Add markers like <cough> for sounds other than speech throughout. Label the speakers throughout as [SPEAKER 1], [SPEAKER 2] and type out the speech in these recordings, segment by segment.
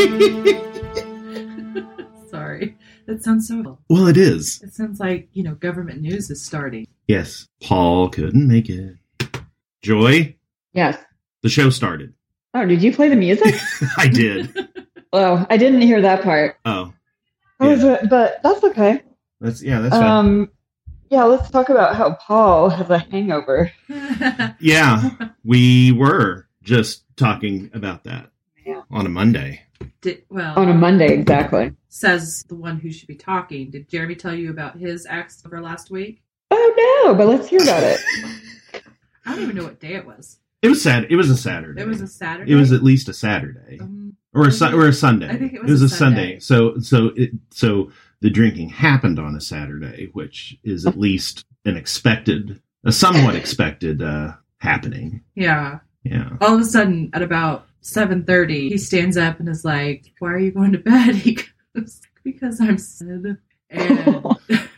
[SPEAKER 1] <laughs>
[SPEAKER 2] Sorry. That sounds so.
[SPEAKER 1] Well, it is.
[SPEAKER 2] It sounds like, you know, government news is starting. <laughs>
[SPEAKER 1] Yes, Paul couldn't make it. Joy,
[SPEAKER 3] Yes.
[SPEAKER 1] the show started. <laughs>
[SPEAKER 3] Oh, did you play the music?
[SPEAKER 1] I did.
[SPEAKER 3] oh, I didn't hear that part.
[SPEAKER 1] Oh,
[SPEAKER 3] I was,
[SPEAKER 1] Yeah.
[SPEAKER 3] but that's okay.
[SPEAKER 1] that's yeah, that's fine.
[SPEAKER 3] Um, yeah, let's talk about how Paul has a hangover.
[SPEAKER 1] Yeah,
[SPEAKER 2] <laughs>
[SPEAKER 1] we were just talking about that
[SPEAKER 3] Yeah.
[SPEAKER 1] on a Monday.
[SPEAKER 2] Did, well, um,
[SPEAKER 3] On a Monday, exactly.
[SPEAKER 2] says the one who should be talking. Did Jeremy tell you about his acts over last week?
[SPEAKER 3] Oh no, but let's hear about it.
[SPEAKER 2] I don't even know what day it was.
[SPEAKER 1] It was sad. It was a Saturday.
[SPEAKER 2] It was a Saturday.
[SPEAKER 1] It was at least a Saturday
[SPEAKER 2] Um,
[SPEAKER 1] or a su- or a Sunday.
[SPEAKER 2] I think it was
[SPEAKER 1] a,
[SPEAKER 2] a
[SPEAKER 1] Sunday. So
[SPEAKER 2] Sunday.
[SPEAKER 1] so it so the drinking happened on a Saturday, which is at least an expected, a somewhat expected uh, happening.
[SPEAKER 2] yeah.
[SPEAKER 1] Yeah.
[SPEAKER 2] all of a sudden at about 7.30 he stands up and is like why are you going to bed <laughs> he goes because i'm sad and
[SPEAKER 3] <laughs>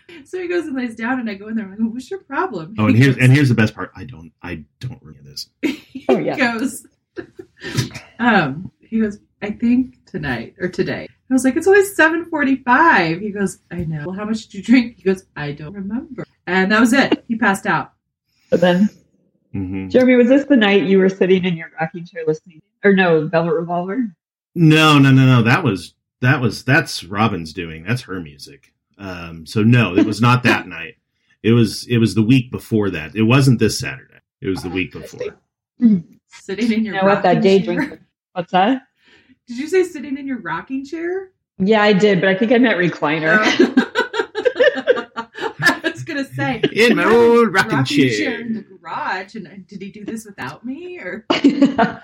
[SPEAKER 2] <laughs> so he goes and lays down and i go in there and i'm like what's your problem
[SPEAKER 1] Oh, and
[SPEAKER 2] He
[SPEAKER 1] here's
[SPEAKER 2] goes-
[SPEAKER 1] and here's the best part. I don't I don't remember this.
[SPEAKER 2] he
[SPEAKER 3] <laughs> Oh, yeah.
[SPEAKER 2] goes um he goes i think tonight or today i was like it's only 7.45 he goes i know well how much did you drink he goes i don't remember and that was it he passed out
[SPEAKER 3] But then,
[SPEAKER 1] hmm
[SPEAKER 3] Jeremy, was this the night you were sitting in your rocking chair listening? Or no, Velvet Revolver?
[SPEAKER 1] No, no, no, no. That was that was that's Robin's doing. That's her music. Um, so no, it was not that night. It was it was the week before that. It wasn't this Saturday. It was the week before.
[SPEAKER 2] sitting in
[SPEAKER 3] You
[SPEAKER 2] your
[SPEAKER 3] know what? That
[SPEAKER 2] rocking
[SPEAKER 3] day
[SPEAKER 2] chair.
[SPEAKER 3] drink. What's that?
[SPEAKER 2] <laughs> did you say sitting in your rocking chair
[SPEAKER 3] Yeah, I did, but I think I meant recliner. <laughs>
[SPEAKER 2] <laughs> I was gonna say
[SPEAKER 1] In my old rocking chair.
[SPEAKER 2] in the garage, and I- did he do this without me? Or
[SPEAKER 3] Oh.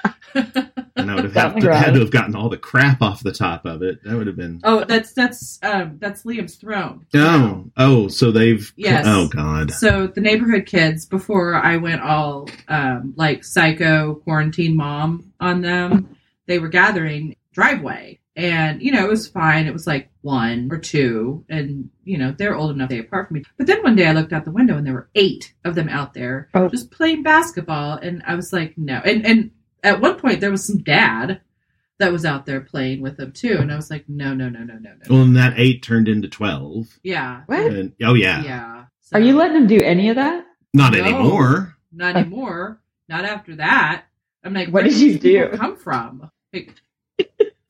[SPEAKER 1] And I would have
[SPEAKER 3] That
[SPEAKER 1] had to,
[SPEAKER 3] was
[SPEAKER 1] had to have gotten all the crap off the top of it. That would have been
[SPEAKER 2] oh, that's that's um, that's Liam's throne.
[SPEAKER 1] oh oh. So they've
[SPEAKER 2] Yes.
[SPEAKER 1] Oh God.
[SPEAKER 2] So the neighborhood kids, before I went all um, like psycho quarantine mom on them, they were gathering driveway, and you know it was fine. It was like one or two, and you know they're old enough they apart from me. But then one day I looked out the window and there were eight of them out there
[SPEAKER 3] Oh.
[SPEAKER 2] just playing basketball, and I was like, no. And and at one point there was some dad that was out there playing with them too, and I was like, no, no, no, no, no, no.
[SPEAKER 1] Well, and that eight turned into twelve.
[SPEAKER 2] Yeah,
[SPEAKER 3] what?
[SPEAKER 1] And, oh yeah.
[SPEAKER 2] yeah.
[SPEAKER 3] <laughs> Are you
[SPEAKER 2] So-
[SPEAKER 3] letting him do any of that?
[SPEAKER 1] Not
[SPEAKER 2] No.
[SPEAKER 1] anymore.
[SPEAKER 2] not anymore. Not after that. I'm like,
[SPEAKER 3] What
[SPEAKER 2] where
[SPEAKER 3] did
[SPEAKER 2] did
[SPEAKER 3] you
[SPEAKER 2] these people
[SPEAKER 3] do?
[SPEAKER 2] Come from?
[SPEAKER 3] <laughs>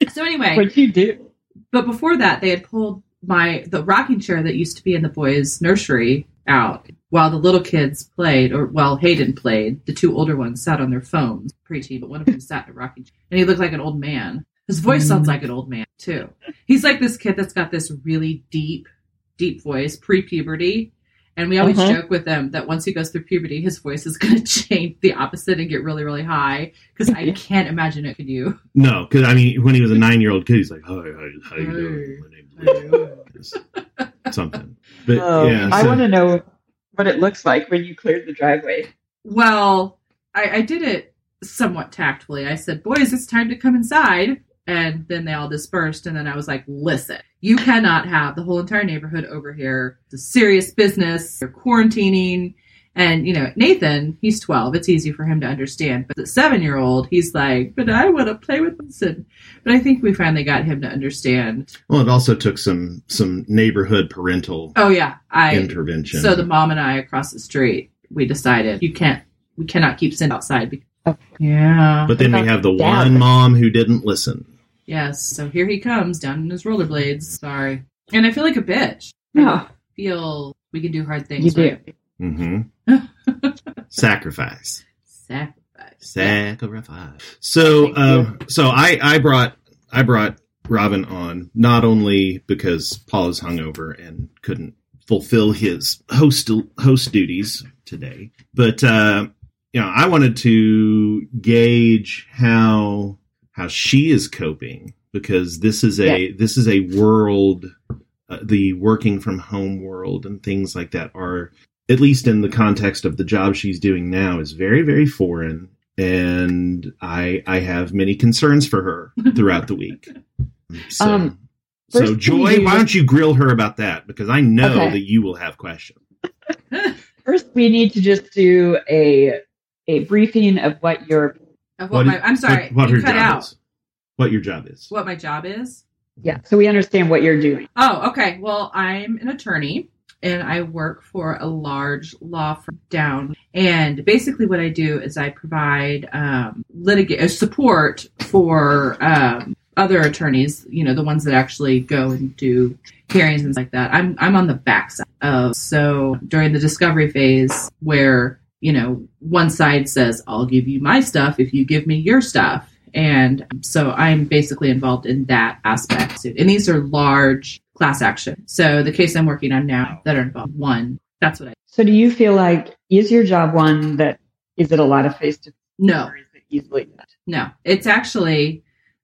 [SPEAKER 2] Like, so anyway,
[SPEAKER 3] What'd you do?
[SPEAKER 2] but before that, they had pulled my the rocking chair that used to be in the boys' nursery out while the little kids played, or while Hayden played. The two older ones sat on their phones, preteen, but one of them sat in a rocking chair, and he looked like an old man. His voice sounds like an old man too. He's like this kid that's got this really deep, deep voice pre puberty. And we always
[SPEAKER 3] Uh-huh.
[SPEAKER 2] joke with him that once he goes through puberty, his voice is <laughs> going to change the opposite and get really, really high. Because I can't imagine it. Could you?
[SPEAKER 1] No, because I mean, when he was a nine-year-old kid, he's like, "Hi, hi, how you doing? My name's Leo." is something. But
[SPEAKER 3] Oh,
[SPEAKER 1] yeah,
[SPEAKER 3] I
[SPEAKER 1] so-
[SPEAKER 3] want to know what it looks like when you cleared the driveway.
[SPEAKER 2] Well, I, I did it somewhat tactfully. I said, Boys, it's time to come inside. And then they all dispersed. And then I was like, Listen, you cannot have the whole entire neighborhood over here. It's a serious business. You're quarantining. And, you know, Nathan, he's 12. It's easy for him to understand. But the seven year old, he's like, But I want to play with this. And, but I think we finally got him to understand.
[SPEAKER 1] well, it also took some some neighborhood parental
[SPEAKER 2] Oh, yeah. I.
[SPEAKER 1] intervention.
[SPEAKER 2] So the mom and I across the street, we decided you can't, we cannot keep Sin outside. Because,
[SPEAKER 3] Oh.
[SPEAKER 2] Yeah.
[SPEAKER 1] but then we have the
[SPEAKER 3] Dad.
[SPEAKER 1] one mom who didn't listen.
[SPEAKER 2] Yes. So here he comes down in his rollerblades. Sorry. And I feel like a bitch.
[SPEAKER 3] No,
[SPEAKER 2] I feel we can do hard things.
[SPEAKER 3] you do.
[SPEAKER 2] right?
[SPEAKER 1] hmm Sacrifice.
[SPEAKER 2] Sacrifice.
[SPEAKER 1] Sacrifice. So, um, so I I brought I brought Robin on not only because Paul is hungover and couldn't fulfill his host host duties today, but uh, you know I wanted to gauge how how she is coping because this is a this is a world uh, the working from home world and things like that are at least in the context of the job she's doing now is very very foreign and i i have many concerns for
[SPEAKER 3] <laughs>
[SPEAKER 1] her throughout the week so,
[SPEAKER 3] Um, first
[SPEAKER 1] so
[SPEAKER 3] thing
[SPEAKER 1] joy
[SPEAKER 3] you-
[SPEAKER 1] why don't you grill her about that because i know
[SPEAKER 3] Okay.
[SPEAKER 1] that you will have questions
[SPEAKER 3] First, we need to just do a a briefing of what your
[SPEAKER 2] Of what, my, I'm sorry.
[SPEAKER 1] what, what
[SPEAKER 2] you
[SPEAKER 1] her
[SPEAKER 2] cut
[SPEAKER 1] job
[SPEAKER 2] out.
[SPEAKER 1] is what your job is.
[SPEAKER 2] What my job is?
[SPEAKER 3] Yeah. So we understand what you're doing.
[SPEAKER 2] Oh, okay. Well, I'm an attorney and I work for a large law firm down. And basically, what I do is I provide um, litigate support for um, other attorneys. You know, the ones that actually go and do hearings and things like that. I'm I'm on the backside of so during the discovery phase where you know one side says I'll give you my stuff if you give me your stuff. And so I'm basically involved in that aspect. And these are large class action. So the case I'm working on now that are involved one. That's what I
[SPEAKER 3] So do you feel like is your job one that is it a lot of face to face?
[SPEAKER 2] No.
[SPEAKER 3] Or is it easily done?
[SPEAKER 2] no. It's actually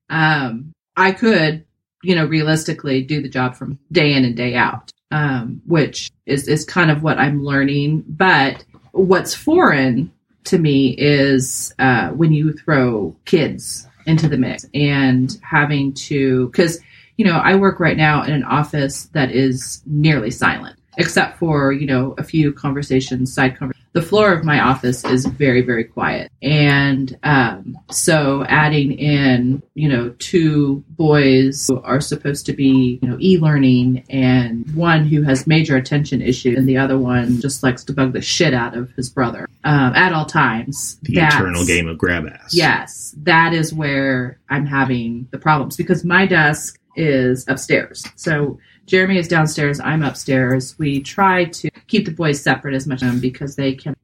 [SPEAKER 2] um, I could you know realistically do the job from day in and day out, um, which is is kind of what I'm learning. But what's foreign to me is uh, when you throw kids into the mix and having to because you know I work right now in an office that is nearly silent except for you know a few conversations side conversations the floor of my office is very very quiet and um, so adding in you know two boys who are supposed to be you know e-learning and one who has major attention issues and the other one just likes to bug the shit out of his brother um, at all times
[SPEAKER 1] The
[SPEAKER 2] That's-
[SPEAKER 1] eternal game of grab ass.
[SPEAKER 2] Yes, that is where I'm having the problems because my desk is upstairs. So Jeremy is downstairs, I'm upstairs. We try to keep the boys separate as much as them because they can.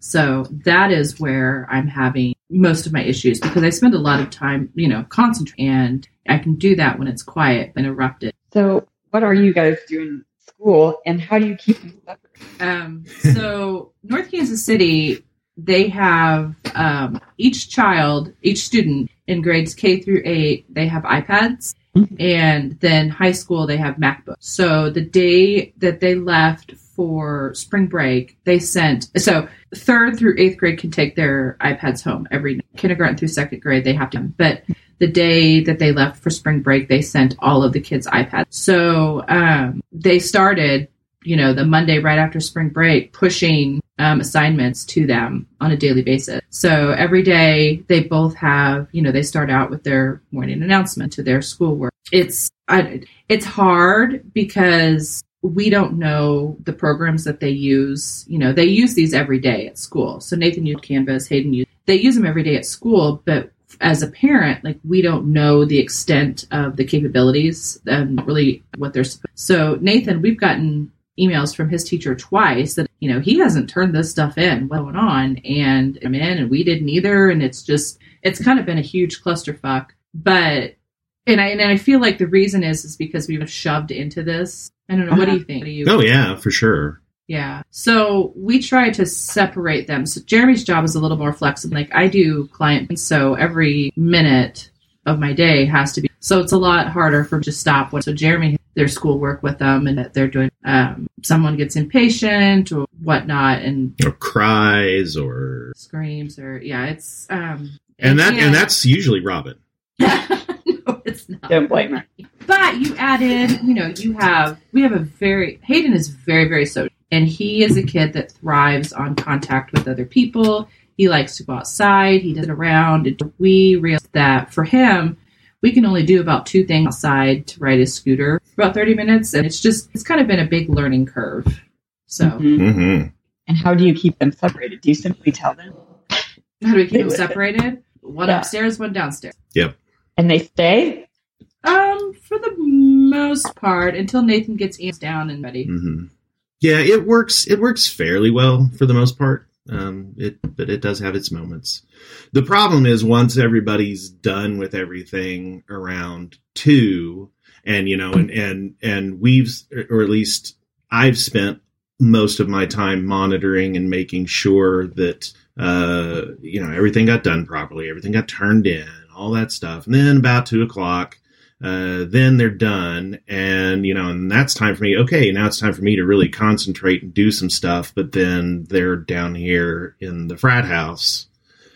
[SPEAKER 2] So that is where I'm having most of my issues because I spend a lot of time, you know, concentrating and I can do that when it's quiet and erupted.
[SPEAKER 3] So what are you guys doing at school and how do you keep them separate?
[SPEAKER 2] Um, so North Kansas City, they have um, each child, each student in grades K through eight, they have iPads,
[SPEAKER 3] Mhm.
[SPEAKER 2] and then high school they have MacBooks. So the day that they left for spring break, they sent so third through eighth grade can take their iPads home every night. kindergarten through second grade they have to, but the day that they left for spring break, they sent all of the kids iPads. So um, they started you know, the Monday right after spring break, pushing um, assignments to them on a daily basis. So every day they both have, you know, they start out with their morning announcement to their schoolwork. It's I, it's hard because we don't know the programs that they use. You know, they use these every day at school. So Nathan used Canvas, Hayden used they use them every day at school, but as a parent, like we don't know the extent of the capabilities and really what they're. sup- So Nathan, we've gotten emails from his teacher twice that you know he hasn't turned this stuff in what's going on and i'm in and we didn't either and it's just it's kind of been a huge clusterfuck but and i and i feel like the reason is is because we were shoved into this i don't know what do you think What do you
[SPEAKER 1] Oh yeah, for sure.
[SPEAKER 2] yeah. So we try to separate them. So Jeremy's job is a little more flexible. Like I do client, so every minute of my day has to be. So it's a lot harder for just stop. When, so Jeremy, their schoolwork with them, and that they're doing. Um, someone gets impatient or whatnot, and
[SPEAKER 1] Or cries or
[SPEAKER 2] screams or yeah, it's um.
[SPEAKER 1] and that and
[SPEAKER 2] yeah.
[SPEAKER 1] that's usually Robin.
[SPEAKER 2] <laughs> no, it's not.
[SPEAKER 3] Don't blame her.
[SPEAKER 2] But you add in, you know, you have we have a very Hayden is very very social, and he is a kid that thrives on contact with other people. He likes to go outside. He does it around. And we realized that for him, we can only do about two things outside to ride his scooter for about thirty minutes, and it's just it's kind of been a big learning curve. So
[SPEAKER 3] Mhm.
[SPEAKER 1] Mm-hmm.
[SPEAKER 3] And how do you keep them separated? Do you simply tell them
[SPEAKER 2] how do we keep
[SPEAKER 3] Stay
[SPEAKER 2] them
[SPEAKER 3] with it.
[SPEAKER 2] separated? One
[SPEAKER 3] Yeah.
[SPEAKER 2] upstairs, one downstairs.
[SPEAKER 3] and they stay?
[SPEAKER 2] Um, for the most part, until Nathan gets amped down and ready.
[SPEAKER 1] hmm Yeah, it works. It works fairly well for the most part. Um, it but it does have its moments. The problem is once everybody's done with everything around two, and you know, and and and we've or at least I've spent most of my time monitoring and making sure that uh, you know everything got done properly, everything got turned in, all that stuff. And then about two o'clock, uh, then they're done and you know and that's time for me okay now it's time for me to really concentrate and do some stuff but then they're down here in the frat house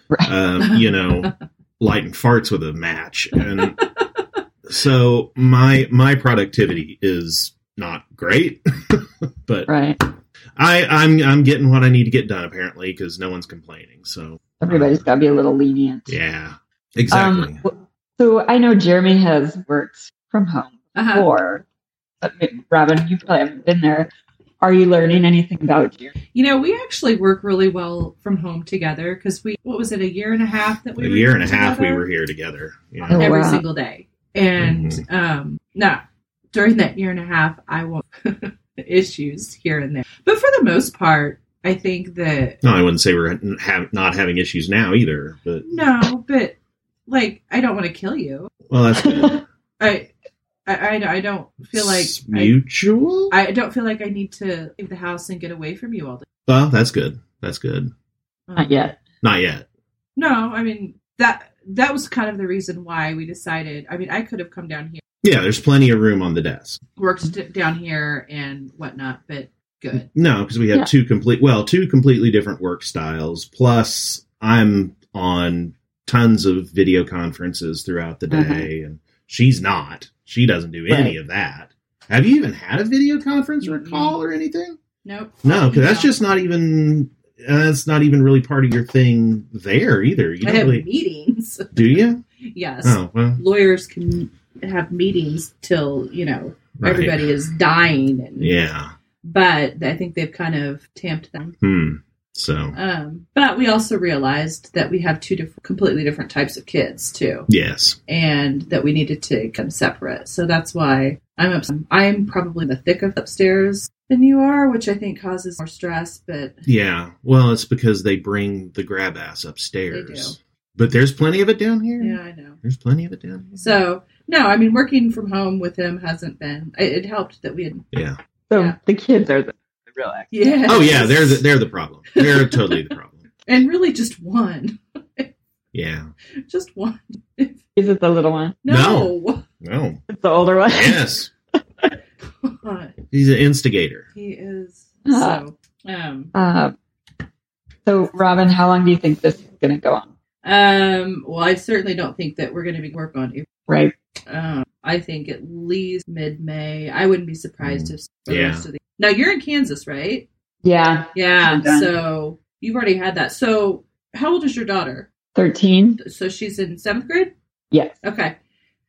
[SPEAKER 3] Right.
[SPEAKER 1] um, you know lighting farts with a match and so my my productivity is not great <laughs> but
[SPEAKER 3] Right.
[SPEAKER 1] i i'm i'm getting what i need to get done apparently because no one's complaining so
[SPEAKER 3] Everybody's got to be a little lenient.
[SPEAKER 1] yeah exactly
[SPEAKER 3] Um, w- So I know Jeremy has worked from home
[SPEAKER 2] Uh-huh.
[SPEAKER 3] before, but ma- Robin, you probably haven't been there. Are you learning anything about <laughs> Jeremy?
[SPEAKER 2] You know, we actually work really well from home together because we, what was it, a year and a half that we
[SPEAKER 1] a
[SPEAKER 2] were
[SPEAKER 1] year and a
[SPEAKER 2] together?
[SPEAKER 1] half we were here together.
[SPEAKER 3] Oh,
[SPEAKER 1] Yeah.
[SPEAKER 2] every
[SPEAKER 3] wow.
[SPEAKER 2] single day. And
[SPEAKER 1] Mm-hmm.
[SPEAKER 2] um, no, during that year and a half, I won't <laughs> issues here and there. But for the most part, I think that
[SPEAKER 1] No, I wouldn't say we're ha- not having issues now either, but
[SPEAKER 2] no, but like I don't want to kill you.
[SPEAKER 1] well, that's good.
[SPEAKER 2] <laughs> I I, I, I don't feel like
[SPEAKER 1] It's
[SPEAKER 2] I,
[SPEAKER 1] mutual.
[SPEAKER 2] I don't feel like I need to leave the house and get away from you all day.
[SPEAKER 1] well, that's good. That's good.
[SPEAKER 2] Um,
[SPEAKER 3] Not yet.
[SPEAKER 1] Not yet.
[SPEAKER 2] No, I mean that that was kind of the reason why we decided. I mean, I could have come down here,
[SPEAKER 1] Yeah, there's plenty of room on the desk.
[SPEAKER 2] worked d- down here, and whatnot. But good.
[SPEAKER 1] No, because we have
[SPEAKER 3] Yeah.
[SPEAKER 1] two complete, well, two completely different work styles. Plus, I'm on tons of video conferences throughout the day,
[SPEAKER 2] Mm-hmm.
[SPEAKER 1] and she's not. She doesn't do any
[SPEAKER 3] Right.
[SPEAKER 1] of that. Have you even had a video conference or a
[SPEAKER 2] Mhm.
[SPEAKER 1] call or anything?
[SPEAKER 2] Nope.
[SPEAKER 1] No, because that's
[SPEAKER 2] No.
[SPEAKER 1] just not even that's not even really part of your thing there either. You
[SPEAKER 2] I
[SPEAKER 1] don't
[SPEAKER 2] have
[SPEAKER 1] really
[SPEAKER 2] meetings. <laughs>
[SPEAKER 1] do you?
[SPEAKER 2] Yes.
[SPEAKER 1] Oh well,
[SPEAKER 2] Lawyers can have meetings till, you know,
[SPEAKER 1] right.
[SPEAKER 2] everybody is dying and
[SPEAKER 1] Yeah.
[SPEAKER 2] but I think they've kind of tamped them.
[SPEAKER 1] Hmm. So
[SPEAKER 2] Um, but we also realized that we have two different completely different types of kids too
[SPEAKER 1] yes,
[SPEAKER 2] and that we needed to come separate. So that's why I'm upset. I'm probably in the thick of upstairs than you are, which I think causes more stress, but
[SPEAKER 1] yeah. Well, it's because they bring the grab ass upstairs, but there's plenty of it down here.
[SPEAKER 2] yeah, I know.
[SPEAKER 1] There's plenty of it down here.
[SPEAKER 2] So no, I mean working from home with him hasn't been it, it helped that we had
[SPEAKER 1] Yeah.
[SPEAKER 3] So
[SPEAKER 2] Yeah.
[SPEAKER 3] the kids are the, the real actors.
[SPEAKER 2] yeah.
[SPEAKER 1] Oh yeah. They're the, they're the problem. They're totally the problem.
[SPEAKER 2] and really just one,
[SPEAKER 1] Yeah.
[SPEAKER 2] just one.
[SPEAKER 3] Is it the little one?
[SPEAKER 2] No,
[SPEAKER 1] No.
[SPEAKER 3] It's the older one.
[SPEAKER 1] Oh, Yes.
[SPEAKER 2] God,
[SPEAKER 1] He's an instigator.
[SPEAKER 2] he is so. Um,
[SPEAKER 3] <laughs> Uh, so, Robin, how long do you think this is going to go on?
[SPEAKER 2] um. Well, I certainly don't think that we're going to be work on. it.
[SPEAKER 3] Right.
[SPEAKER 2] Um, I think at least mid May. I wouldn't be surprised if the
[SPEAKER 1] Yeah.
[SPEAKER 2] rest of the. Now you're in Kansas, right?
[SPEAKER 3] Yeah,
[SPEAKER 2] Yeah.
[SPEAKER 3] I'm done.
[SPEAKER 2] So you've already had that. So how old is your daughter?
[SPEAKER 3] thirteen.
[SPEAKER 2] So she's in seventh grade.
[SPEAKER 3] Yes.
[SPEAKER 2] Okay.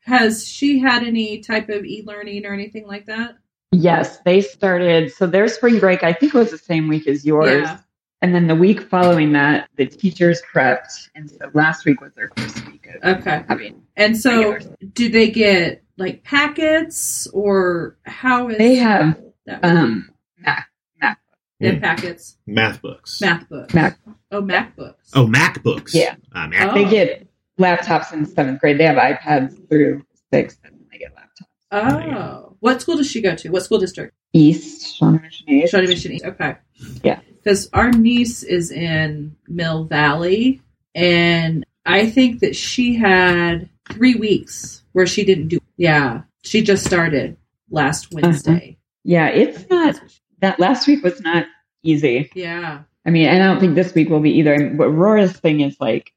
[SPEAKER 2] Has she had any type of e-learning or anything like that?
[SPEAKER 3] Yes, they started. So their spring break, I think, was the same week as yours.
[SPEAKER 2] Yeah.
[SPEAKER 3] And then the week following that, the teachers prepped, and so last week was their first week of
[SPEAKER 2] Okay.
[SPEAKER 3] having.
[SPEAKER 2] And so
[SPEAKER 3] regular-
[SPEAKER 2] do they get like packets or how is
[SPEAKER 3] they have
[SPEAKER 2] that
[SPEAKER 3] um, Mac Mac
[SPEAKER 2] they
[SPEAKER 1] Hmm.
[SPEAKER 2] have packets
[SPEAKER 1] Math books.
[SPEAKER 2] math books
[SPEAKER 3] Mac.
[SPEAKER 2] oh MacBooks
[SPEAKER 1] Oh, MacBooks.
[SPEAKER 3] Yeah.
[SPEAKER 1] Uh, Mac-
[SPEAKER 2] Oh.
[SPEAKER 3] They get laptops in seventh grade. They have iPads through sixth, and they get laptops.
[SPEAKER 2] oh what school does she go to what school district
[SPEAKER 3] East Shawnee Mission East.
[SPEAKER 2] Shawnee Mission East okay
[SPEAKER 3] Yeah.
[SPEAKER 2] because our niece is in Mill Valley and I think that she had three weeks where she didn't do yeah she just started last Wednesday
[SPEAKER 3] Yeah, it's Uh-huh. not that last week was not easy.
[SPEAKER 2] yeah
[SPEAKER 3] I mean, and I don't think this week will be either. But Aurora's thing is like,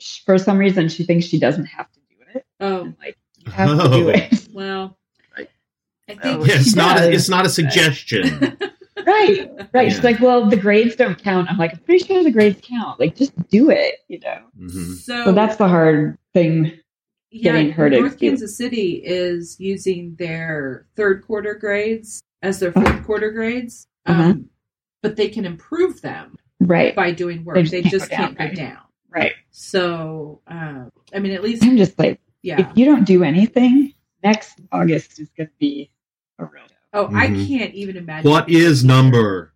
[SPEAKER 3] sh- for some reason, she thinks she doesn't have to do it.
[SPEAKER 2] oh
[SPEAKER 3] I'm like, you have to do
[SPEAKER 1] Oh.
[SPEAKER 3] it, <laughs>
[SPEAKER 2] well
[SPEAKER 3] Right.
[SPEAKER 2] I think
[SPEAKER 1] <laughs> Yeah, Oh, it's
[SPEAKER 2] <laughs>
[SPEAKER 1] not. A,
[SPEAKER 3] Yes.
[SPEAKER 1] it's not a suggestion.
[SPEAKER 3] right? Right? She's
[SPEAKER 1] Yeah.
[SPEAKER 3] like, well, the grades don't count. I'm like, I'm pretty sure the grades count. Like, just do it, you know.
[SPEAKER 1] Mhm.
[SPEAKER 2] so
[SPEAKER 3] So that's the hard thing. getting her to
[SPEAKER 2] North
[SPEAKER 3] do it.
[SPEAKER 2] Kansas City is using their third quarter grades as their fourth quarter grades, um,
[SPEAKER 3] Uh-huh.
[SPEAKER 2] but they can improve them
[SPEAKER 3] Right.
[SPEAKER 2] by doing work.
[SPEAKER 3] They
[SPEAKER 2] They
[SPEAKER 3] just
[SPEAKER 2] just,
[SPEAKER 3] can't go
[SPEAKER 2] can't
[SPEAKER 3] down,
[SPEAKER 2] go down.
[SPEAKER 3] right. Right.
[SPEAKER 2] So, um, I mean, at
[SPEAKER 3] <laughs>
[SPEAKER 2] least,
[SPEAKER 3] I'm just like, if
[SPEAKER 2] yeah.
[SPEAKER 3] you don't do anything, next August is going to be a real.
[SPEAKER 2] Oh, I
[SPEAKER 1] Mhm.
[SPEAKER 2] can't even imagine.
[SPEAKER 1] What is number?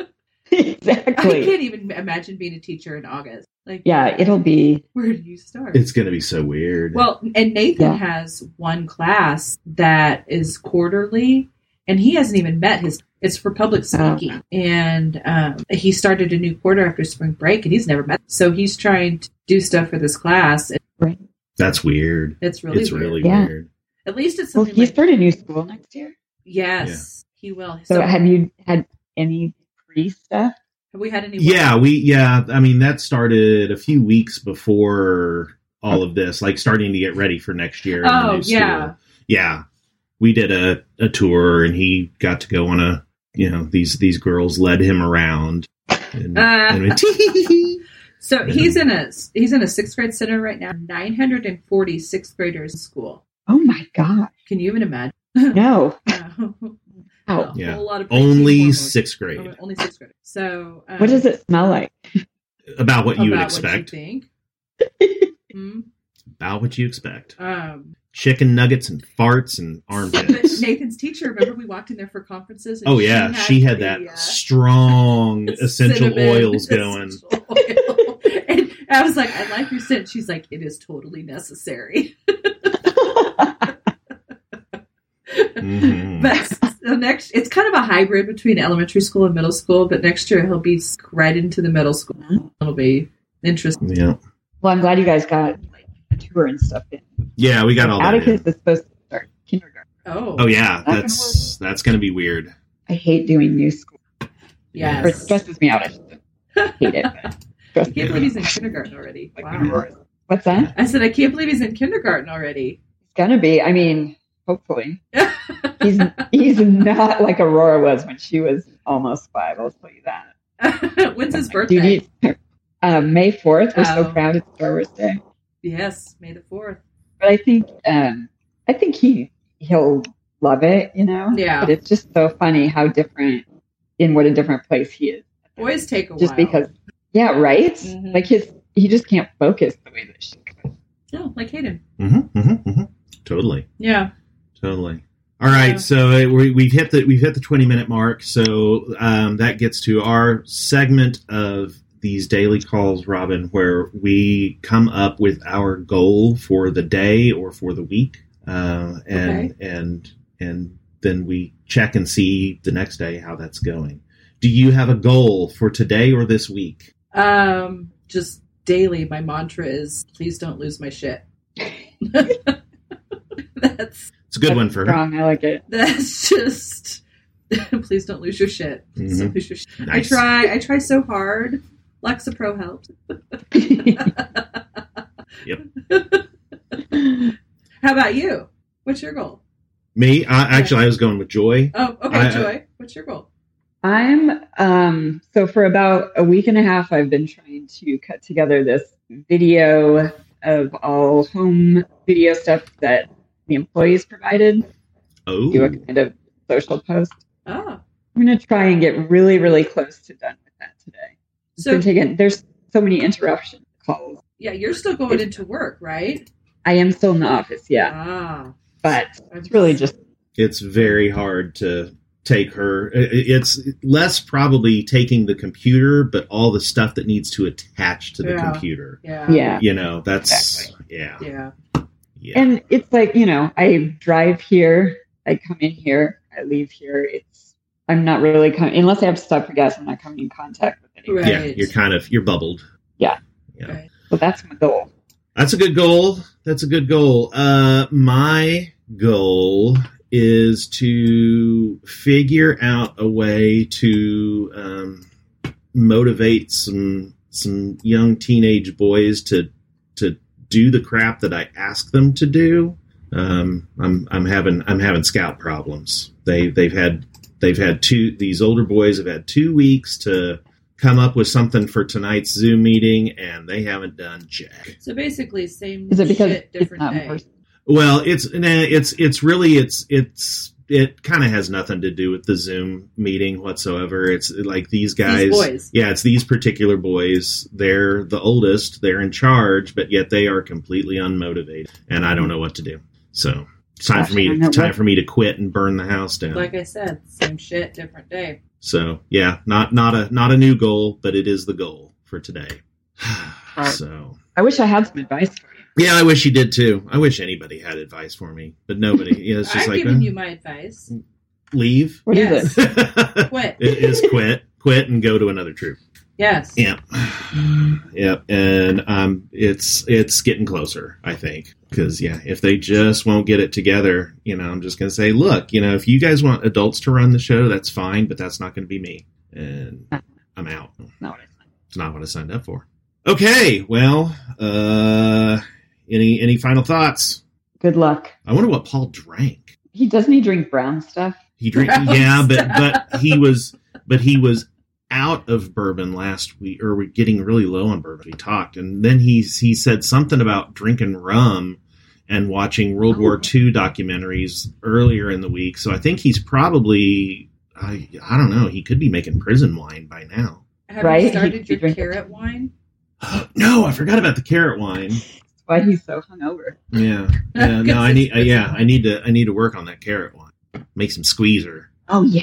[SPEAKER 2] I
[SPEAKER 3] <laughs> exactly.
[SPEAKER 2] can't even imagine being a teacher in August. Like,
[SPEAKER 3] Yeah, it'll be
[SPEAKER 2] where do you start?
[SPEAKER 1] It's going to be so weird.
[SPEAKER 2] Well, and Nathan
[SPEAKER 3] Yeah.
[SPEAKER 2] has one class that is quarterly, and he hasn't even met his. It's for public
[SPEAKER 3] Oh,
[SPEAKER 2] speaking, and um, he started a new quarter after spring break, and he's never met. So he's trying to do stuff for this class. and
[SPEAKER 1] that's weird.
[SPEAKER 2] It's really,
[SPEAKER 1] it's
[SPEAKER 2] weird.
[SPEAKER 1] really
[SPEAKER 3] Yeah.
[SPEAKER 1] weird.
[SPEAKER 2] At least it's
[SPEAKER 3] Well,
[SPEAKER 2] something.
[SPEAKER 3] he
[SPEAKER 2] like,
[SPEAKER 3] started new school next year.
[SPEAKER 2] yes, he will.
[SPEAKER 3] So,
[SPEAKER 2] So, have,
[SPEAKER 3] have you had any pre stuff?
[SPEAKER 2] we had any?
[SPEAKER 1] Yeah, we yeah, I mean that started a few weeks before all of this, like starting to get ready for next year. and the
[SPEAKER 2] Oh,
[SPEAKER 1] new school.
[SPEAKER 2] yeah.
[SPEAKER 1] Yeah. We did a, a tour and he got to go on a you know, these these girls led him around and,
[SPEAKER 2] Uh, <laughs>
[SPEAKER 1] and went, "Tee-hee-hee."
[SPEAKER 2] So he's in a he's in a sixth grade center right now. Nine hundred and forty sixth graders in school.
[SPEAKER 3] Oh my
[SPEAKER 2] <laughs>
[SPEAKER 3] god.
[SPEAKER 2] Can you even imagine?
[SPEAKER 3] No.
[SPEAKER 2] a
[SPEAKER 3] Oh. Ow.
[SPEAKER 1] Yeah.
[SPEAKER 2] whole lot of
[SPEAKER 1] Only
[SPEAKER 2] hormones. Oh,
[SPEAKER 1] sixth grade.
[SPEAKER 2] Only sixth graders. So um,
[SPEAKER 3] What does it smell like?
[SPEAKER 1] About what you would
[SPEAKER 2] about
[SPEAKER 1] expect.
[SPEAKER 2] What
[SPEAKER 3] <laughs>
[SPEAKER 2] you think. Hmm?
[SPEAKER 1] About what you expect.
[SPEAKER 2] Um,
[SPEAKER 1] Chicken nuggets and farts and
[SPEAKER 2] <laughs>
[SPEAKER 1] armpits.
[SPEAKER 2] Nathan's teacher. Remember, we walked in there for conferences. and
[SPEAKER 1] Oh yeah, she had
[SPEAKER 2] the,
[SPEAKER 1] that
[SPEAKER 2] uh,
[SPEAKER 1] strong essential
[SPEAKER 2] <laughs> cinnamon
[SPEAKER 1] oils
[SPEAKER 2] <laughs>
[SPEAKER 1] going.
[SPEAKER 2] essential oil. and I was like, I like your scent. She's like, it is totally necessary.
[SPEAKER 1] Mhm.
[SPEAKER 2] But the next, it's kind of a hybrid between elementary school and middle school. But next year he'll be right into the middle school. It'll be interesting.
[SPEAKER 1] Yeah,
[SPEAKER 3] Well, I'm glad you guys got like a tour and stuff in.
[SPEAKER 1] yeah, we got all that.
[SPEAKER 3] Atticus
[SPEAKER 1] in.
[SPEAKER 3] is supposed to start kindergarten.
[SPEAKER 2] Oh,
[SPEAKER 1] Oh yeah,
[SPEAKER 3] gonna
[SPEAKER 1] that's that's gonna be weird.
[SPEAKER 3] I hate doing new school.
[SPEAKER 2] Yes.
[SPEAKER 3] Or it stresses me out. I shouldn't hate it.
[SPEAKER 2] I
[SPEAKER 3] but
[SPEAKER 2] can't
[SPEAKER 3] stresses me
[SPEAKER 1] Yeah.
[SPEAKER 2] believe he's in kindergarten already.
[SPEAKER 3] out, like, when
[SPEAKER 2] <laughs> Wow.
[SPEAKER 3] Aurora's- What's that?
[SPEAKER 2] I said, I can't believe he's in kindergarten already. <laughs>
[SPEAKER 3] It's gonna be. I mean, hopefully. He's he's not like Aurora was when she was almost five. I'll tell you that.
[SPEAKER 2] When's his
[SPEAKER 3] Do you
[SPEAKER 2] birthday?
[SPEAKER 3] need uh, May fourth? We're
[SPEAKER 2] Oh.
[SPEAKER 3] so proud it's Star Wars Day.
[SPEAKER 2] Yes, May the fourth.
[SPEAKER 3] But I think um, I think he he'll love it. You know.
[SPEAKER 2] Yeah.
[SPEAKER 3] But it's just so funny how different in what a different place he is.
[SPEAKER 2] Boys take a
[SPEAKER 3] just
[SPEAKER 2] while.
[SPEAKER 3] because. Yeah. Right.
[SPEAKER 2] Mhm.
[SPEAKER 3] Like his he just can't focus the way that she. Could.
[SPEAKER 2] Oh, like Hayden.
[SPEAKER 1] hmm hmm hmm Totally,
[SPEAKER 2] Yeah.
[SPEAKER 1] totally. All right,
[SPEAKER 2] Yeah.
[SPEAKER 1] so uh, we, we've hit the we've hit the twenty minute mark. So um, that gets to our segment of these daily calls, Robin, where we come up with our goal for the day or for the week, uh, and and and then we check and see the next day how that's going. Do you have a goal for today or this week?
[SPEAKER 2] Um, just daily, my mantra is please don't lose my shit. <laughs> that's
[SPEAKER 1] It's a good
[SPEAKER 3] That's
[SPEAKER 1] one for her.
[SPEAKER 3] Strong. I like it. <laughs>
[SPEAKER 2] that's just <laughs> please don't lose your shit. Please don't lose your shit.
[SPEAKER 1] Mm-hmm. Nice.
[SPEAKER 2] I try I try so hard. Lexapro helps. <laughs> How about you? What's your goal?
[SPEAKER 1] Me, I, actually, I was going with Joy.
[SPEAKER 2] Oh, okay,
[SPEAKER 1] I- uh, I-
[SPEAKER 2] Joy. What's your goal?
[SPEAKER 3] I'm um so for about a week and a half I've been trying to cut together this video of all home video stuff that the employees provided.
[SPEAKER 1] Oh,
[SPEAKER 3] Do a kind of social post.
[SPEAKER 2] Oh.
[SPEAKER 3] I'm gonna try and get really, really close to done with that today. It's
[SPEAKER 2] So
[SPEAKER 3] been taking- there's so many interruption calls.
[SPEAKER 2] yeah, you're still going into work, right?
[SPEAKER 3] I am still in the office, yeah.
[SPEAKER 2] Ah.
[SPEAKER 3] But it's really just
[SPEAKER 1] it's very hard to take her. i- i- It's less probably taking the computer, but all the stuff that needs to attach to the
[SPEAKER 2] Yeah.
[SPEAKER 1] computer.
[SPEAKER 2] yeah.
[SPEAKER 3] yeah.
[SPEAKER 1] You know, that's yeah,
[SPEAKER 2] Yeah.
[SPEAKER 1] yeah.
[SPEAKER 3] And it's like, you know, I drive here, I come in here, I leave here. It's I'm not really coming unless I have to stop for gas, I'm not coming in contact with anyone.
[SPEAKER 2] Right.
[SPEAKER 1] yeah, you're kind of you're bubbled.
[SPEAKER 3] Yeah.
[SPEAKER 1] yeah.
[SPEAKER 2] Right.
[SPEAKER 3] So that's my goal.
[SPEAKER 1] That's a good goal. That's a good goal. Uh, my goal is to figure out a way to um, motivate some some young teenage boys to to do the crap that I ask them to do. Um, I'm I'm having I'm having scout problems. They they've had they've had two these older boys have had two weeks to come up with something for tonight's Zoom meeting, and they haven't done jack.
[SPEAKER 2] So basically, same
[SPEAKER 3] Is it because
[SPEAKER 2] shit,
[SPEAKER 3] it's
[SPEAKER 2] different
[SPEAKER 3] not in
[SPEAKER 2] day.
[SPEAKER 3] person?
[SPEAKER 1] Well, it's nah, it's it's really it's it's it kind of has nothing to do with the Zoom meeting whatsoever. It's like these guys.
[SPEAKER 2] These boys.
[SPEAKER 1] Yeah, it's these particular boys. They're the oldest, they're in charge, but yet they are completely unmotivated, and I don't know what to do. So, it's time for
[SPEAKER 3] Gosh, I
[SPEAKER 1] me
[SPEAKER 3] don't
[SPEAKER 1] to
[SPEAKER 3] know
[SPEAKER 1] time
[SPEAKER 3] what-
[SPEAKER 1] for me to quit and burn the house down.
[SPEAKER 2] Like I said, same shit, different day.
[SPEAKER 1] So yeah, not not a not a new goal, but it is the goal for today. <sighs>
[SPEAKER 3] Right.
[SPEAKER 1] so
[SPEAKER 3] I wish I had some advice for you.
[SPEAKER 1] yeah, I wish you did too. I wish anybody had advice for me, but nobody. Yeah, it's just
[SPEAKER 2] <laughs> I've
[SPEAKER 1] like
[SPEAKER 2] given
[SPEAKER 1] eh,
[SPEAKER 2] you my advice.
[SPEAKER 1] <laughs> leave.
[SPEAKER 3] What is
[SPEAKER 2] Yes.
[SPEAKER 3] it?
[SPEAKER 1] it
[SPEAKER 2] What?
[SPEAKER 1] is quit, quit, and go to another troop.
[SPEAKER 2] Yes.
[SPEAKER 1] Yep, yep, and um, it's it's getting closer, I think. Because yeah, if they just won't get it together, you know, I'm just gonna say, look, you know, if you guys want adults to run the show, that's fine, but that's not gonna be me, and I'm out.
[SPEAKER 3] No, what is it?
[SPEAKER 1] It's not what I signed up for. Okay, well, uh, any any final thoughts?
[SPEAKER 3] Good luck.
[SPEAKER 1] I wonder what Paul drank.
[SPEAKER 3] He doesn't he drink brown stuff?
[SPEAKER 1] He drank,
[SPEAKER 2] Brown
[SPEAKER 1] yeah, but
[SPEAKER 2] stuff.
[SPEAKER 1] but he was but he was out of bourbon last week, or we're getting really low on bourbon. We talked, and then he he said something about drinking rum and watching World War II documentaries earlier in the week. So I think he's probably I I don't know. He could be making prison wine by now. <gasps>
[SPEAKER 2] Have you
[SPEAKER 3] Right? <laughs>
[SPEAKER 2] started
[SPEAKER 3] You
[SPEAKER 2] your
[SPEAKER 3] drink it.
[SPEAKER 2] carrot wine? <laughs>
[SPEAKER 1] no, I forgot about the carrot wine.
[SPEAKER 3] That's why he's so hungover.
[SPEAKER 1] Yeah, yeah. No, I need. Uh, yeah, I need to. I need to work on that carrot wine. Make some squeezer.
[SPEAKER 3] Oh yeah.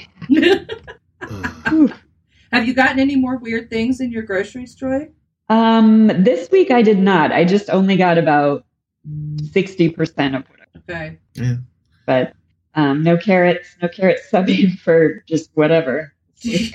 [SPEAKER 1] Ugh.
[SPEAKER 2] Have you gotten any more weird things in your grocery store?
[SPEAKER 3] Um, this week I did not. I just only got about sixty percent of what. I
[SPEAKER 2] Okay.
[SPEAKER 3] But um, no carrots, no carrot subbing <laughs> for just whatever.
[SPEAKER 2] Do you,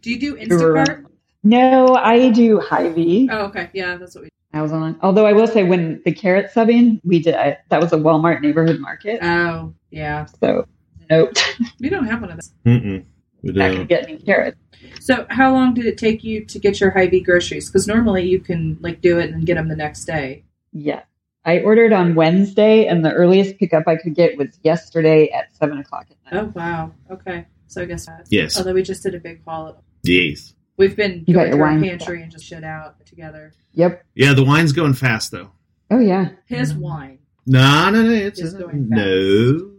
[SPEAKER 2] do, you do Instacart?
[SPEAKER 3] No, I do Hy-Vee.
[SPEAKER 2] Oh, okay. Yeah, that's what we
[SPEAKER 3] I was on. Although I will say, when the carrot subbing, we did. I, that was a Walmart neighborhood market.
[SPEAKER 2] Oh, yeah.
[SPEAKER 3] So nope, <laughs>
[SPEAKER 2] We don't have one of those.
[SPEAKER 1] Mm-mm. We
[SPEAKER 3] not gonna
[SPEAKER 1] don't.
[SPEAKER 3] get any carrots.
[SPEAKER 2] So, how long did it take you to get your Hy-Vee groceries? Because normally you can like do it and get them the next day.
[SPEAKER 3] Yeah, I ordered on Wednesday, and the earliest pickup I could get was yesterday at seven o'clock at night.
[SPEAKER 2] Oh, wow. Okay. So I guess that.
[SPEAKER 1] Yes.
[SPEAKER 2] Although we just did a big haul.
[SPEAKER 1] Yes.
[SPEAKER 2] We've been
[SPEAKER 3] You
[SPEAKER 2] going
[SPEAKER 3] got your
[SPEAKER 2] to our
[SPEAKER 3] wine.
[SPEAKER 2] pantry and just shit out together.
[SPEAKER 3] Yep.
[SPEAKER 1] Yeah, the wine's going fast though.
[SPEAKER 3] Oh yeah.
[SPEAKER 2] His wine.
[SPEAKER 1] No, no, no. It's,
[SPEAKER 2] It's going fast.
[SPEAKER 1] no.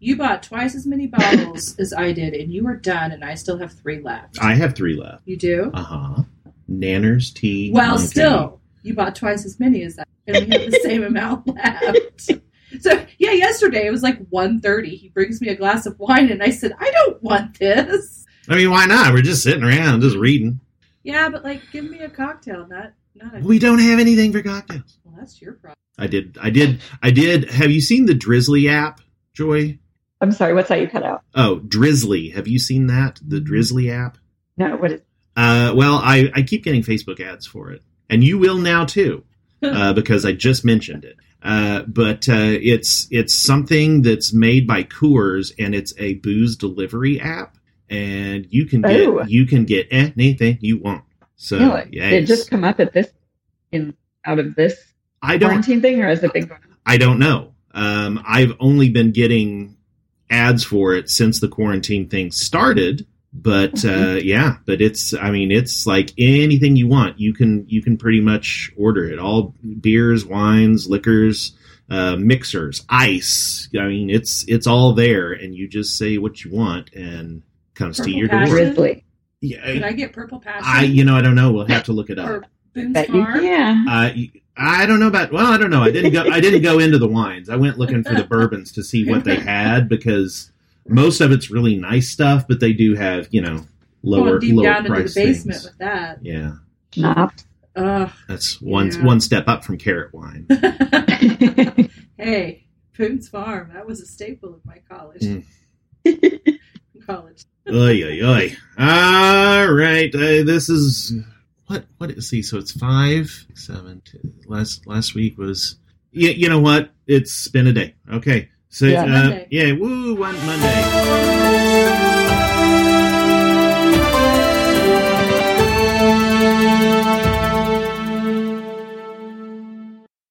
[SPEAKER 2] You bought twice as many bottles as I did, and you were done, and I still have three left.
[SPEAKER 1] I have three left.
[SPEAKER 2] you do?
[SPEAKER 1] Uh huh. Nanners tea.
[SPEAKER 2] well,
[SPEAKER 1] monkey.
[SPEAKER 2] still, you bought twice as many as that, and we have the same amount <laughs> left. So yeah, yesterday it was like 1.30. He brings me a glass of wine, and I said, "I don't want this."
[SPEAKER 1] I mean, why not? We're just sitting around, just reading.
[SPEAKER 2] Yeah, but like, give me a cocktail, not not a.
[SPEAKER 1] We don't have anything for cocktails.
[SPEAKER 2] well, that's your problem.
[SPEAKER 1] I did. I did. I did. Have you seen the Drizzly app, Joy?
[SPEAKER 3] I'm sorry. What's that you cut out?
[SPEAKER 1] Oh, Drizzly. Have you seen that? The Drizzly app.
[SPEAKER 3] No. What is?
[SPEAKER 1] Uh, well, I, I keep getting Facebook ads for it, and you will now
[SPEAKER 3] <laughs>
[SPEAKER 1] too, uh, because I just mentioned it. Uh, but uh, it's it's something that's made by Coors, and it's a booze delivery app, and you can get
[SPEAKER 3] Oh.
[SPEAKER 1] you can get anything you want. So
[SPEAKER 3] really?
[SPEAKER 1] yeah,
[SPEAKER 3] Did it just come up at this in out of this
[SPEAKER 1] I don't
[SPEAKER 3] quarantine thing, or is it been going on?
[SPEAKER 1] I don't know. Um, I've only been getting ads for it since the quarantine thing started. But uh, yeah, but it's I mean it's like anything you want you can you can pretty much order it all beers wines liquors uh, mixers ice I mean it's it's all there and you just say what you want and comes to
[SPEAKER 2] Purple
[SPEAKER 1] your
[SPEAKER 2] passion?
[SPEAKER 1] door.
[SPEAKER 3] Drizzly.
[SPEAKER 2] Can
[SPEAKER 1] Yeah,
[SPEAKER 2] I get purple passion?
[SPEAKER 1] I you know I don't know we'll have to look it up.
[SPEAKER 2] or Boone's
[SPEAKER 3] Bet you
[SPEAKER 2] Farm?
[SPEAKER 3] can.
[SPEAKER 1] Uh, I don't know about. Well, I don't know. I didn't go. I didn't go into the wines. I went looking for the bourbons to see what they had because most of it's really nice stuff, but they do have you know lower
[SPEAKER 2] Going deep
[SPEAKER 1] lower
[SPEAKER 2] down into the
[SPEAKER 1] price
[SPEAKER 2] basement
[SPEAKER 1] things.
[SPEAKER 2] with that.
[SPEAKER 1] Yeah,
[SPEAKER 3] Schnapps.
[SPEAKER 2] Ugh.
[SPEAKER 1] that's one
[SPEAKER 2] Yeah.
[SPEAKER 1] one step up from carrot
[SPEAKER 2] <laughs>
[SPEAKER 1] wine.
[SPEAKER 2] hey, Boone's Farm. That was a staple of my college.
[SPEAKER 1] Mm.
[SPEAKER 3] <laughs>
[SPEAKER 1] <laughs>
[SPEAKER 2] college.
[SPEAKER 1] oy, oy, oy. All right, uh, this is what what is see? So it's five, seven. Two, last last week was. Yeah, you know what? It's been a day. Okay, so yeah,
[SPEAKER 3] Yeah.
[SPEAKER 1] uh,
[SPEAKER 2] Monday.
[SPEAKER 1] yeah woo, one Monday.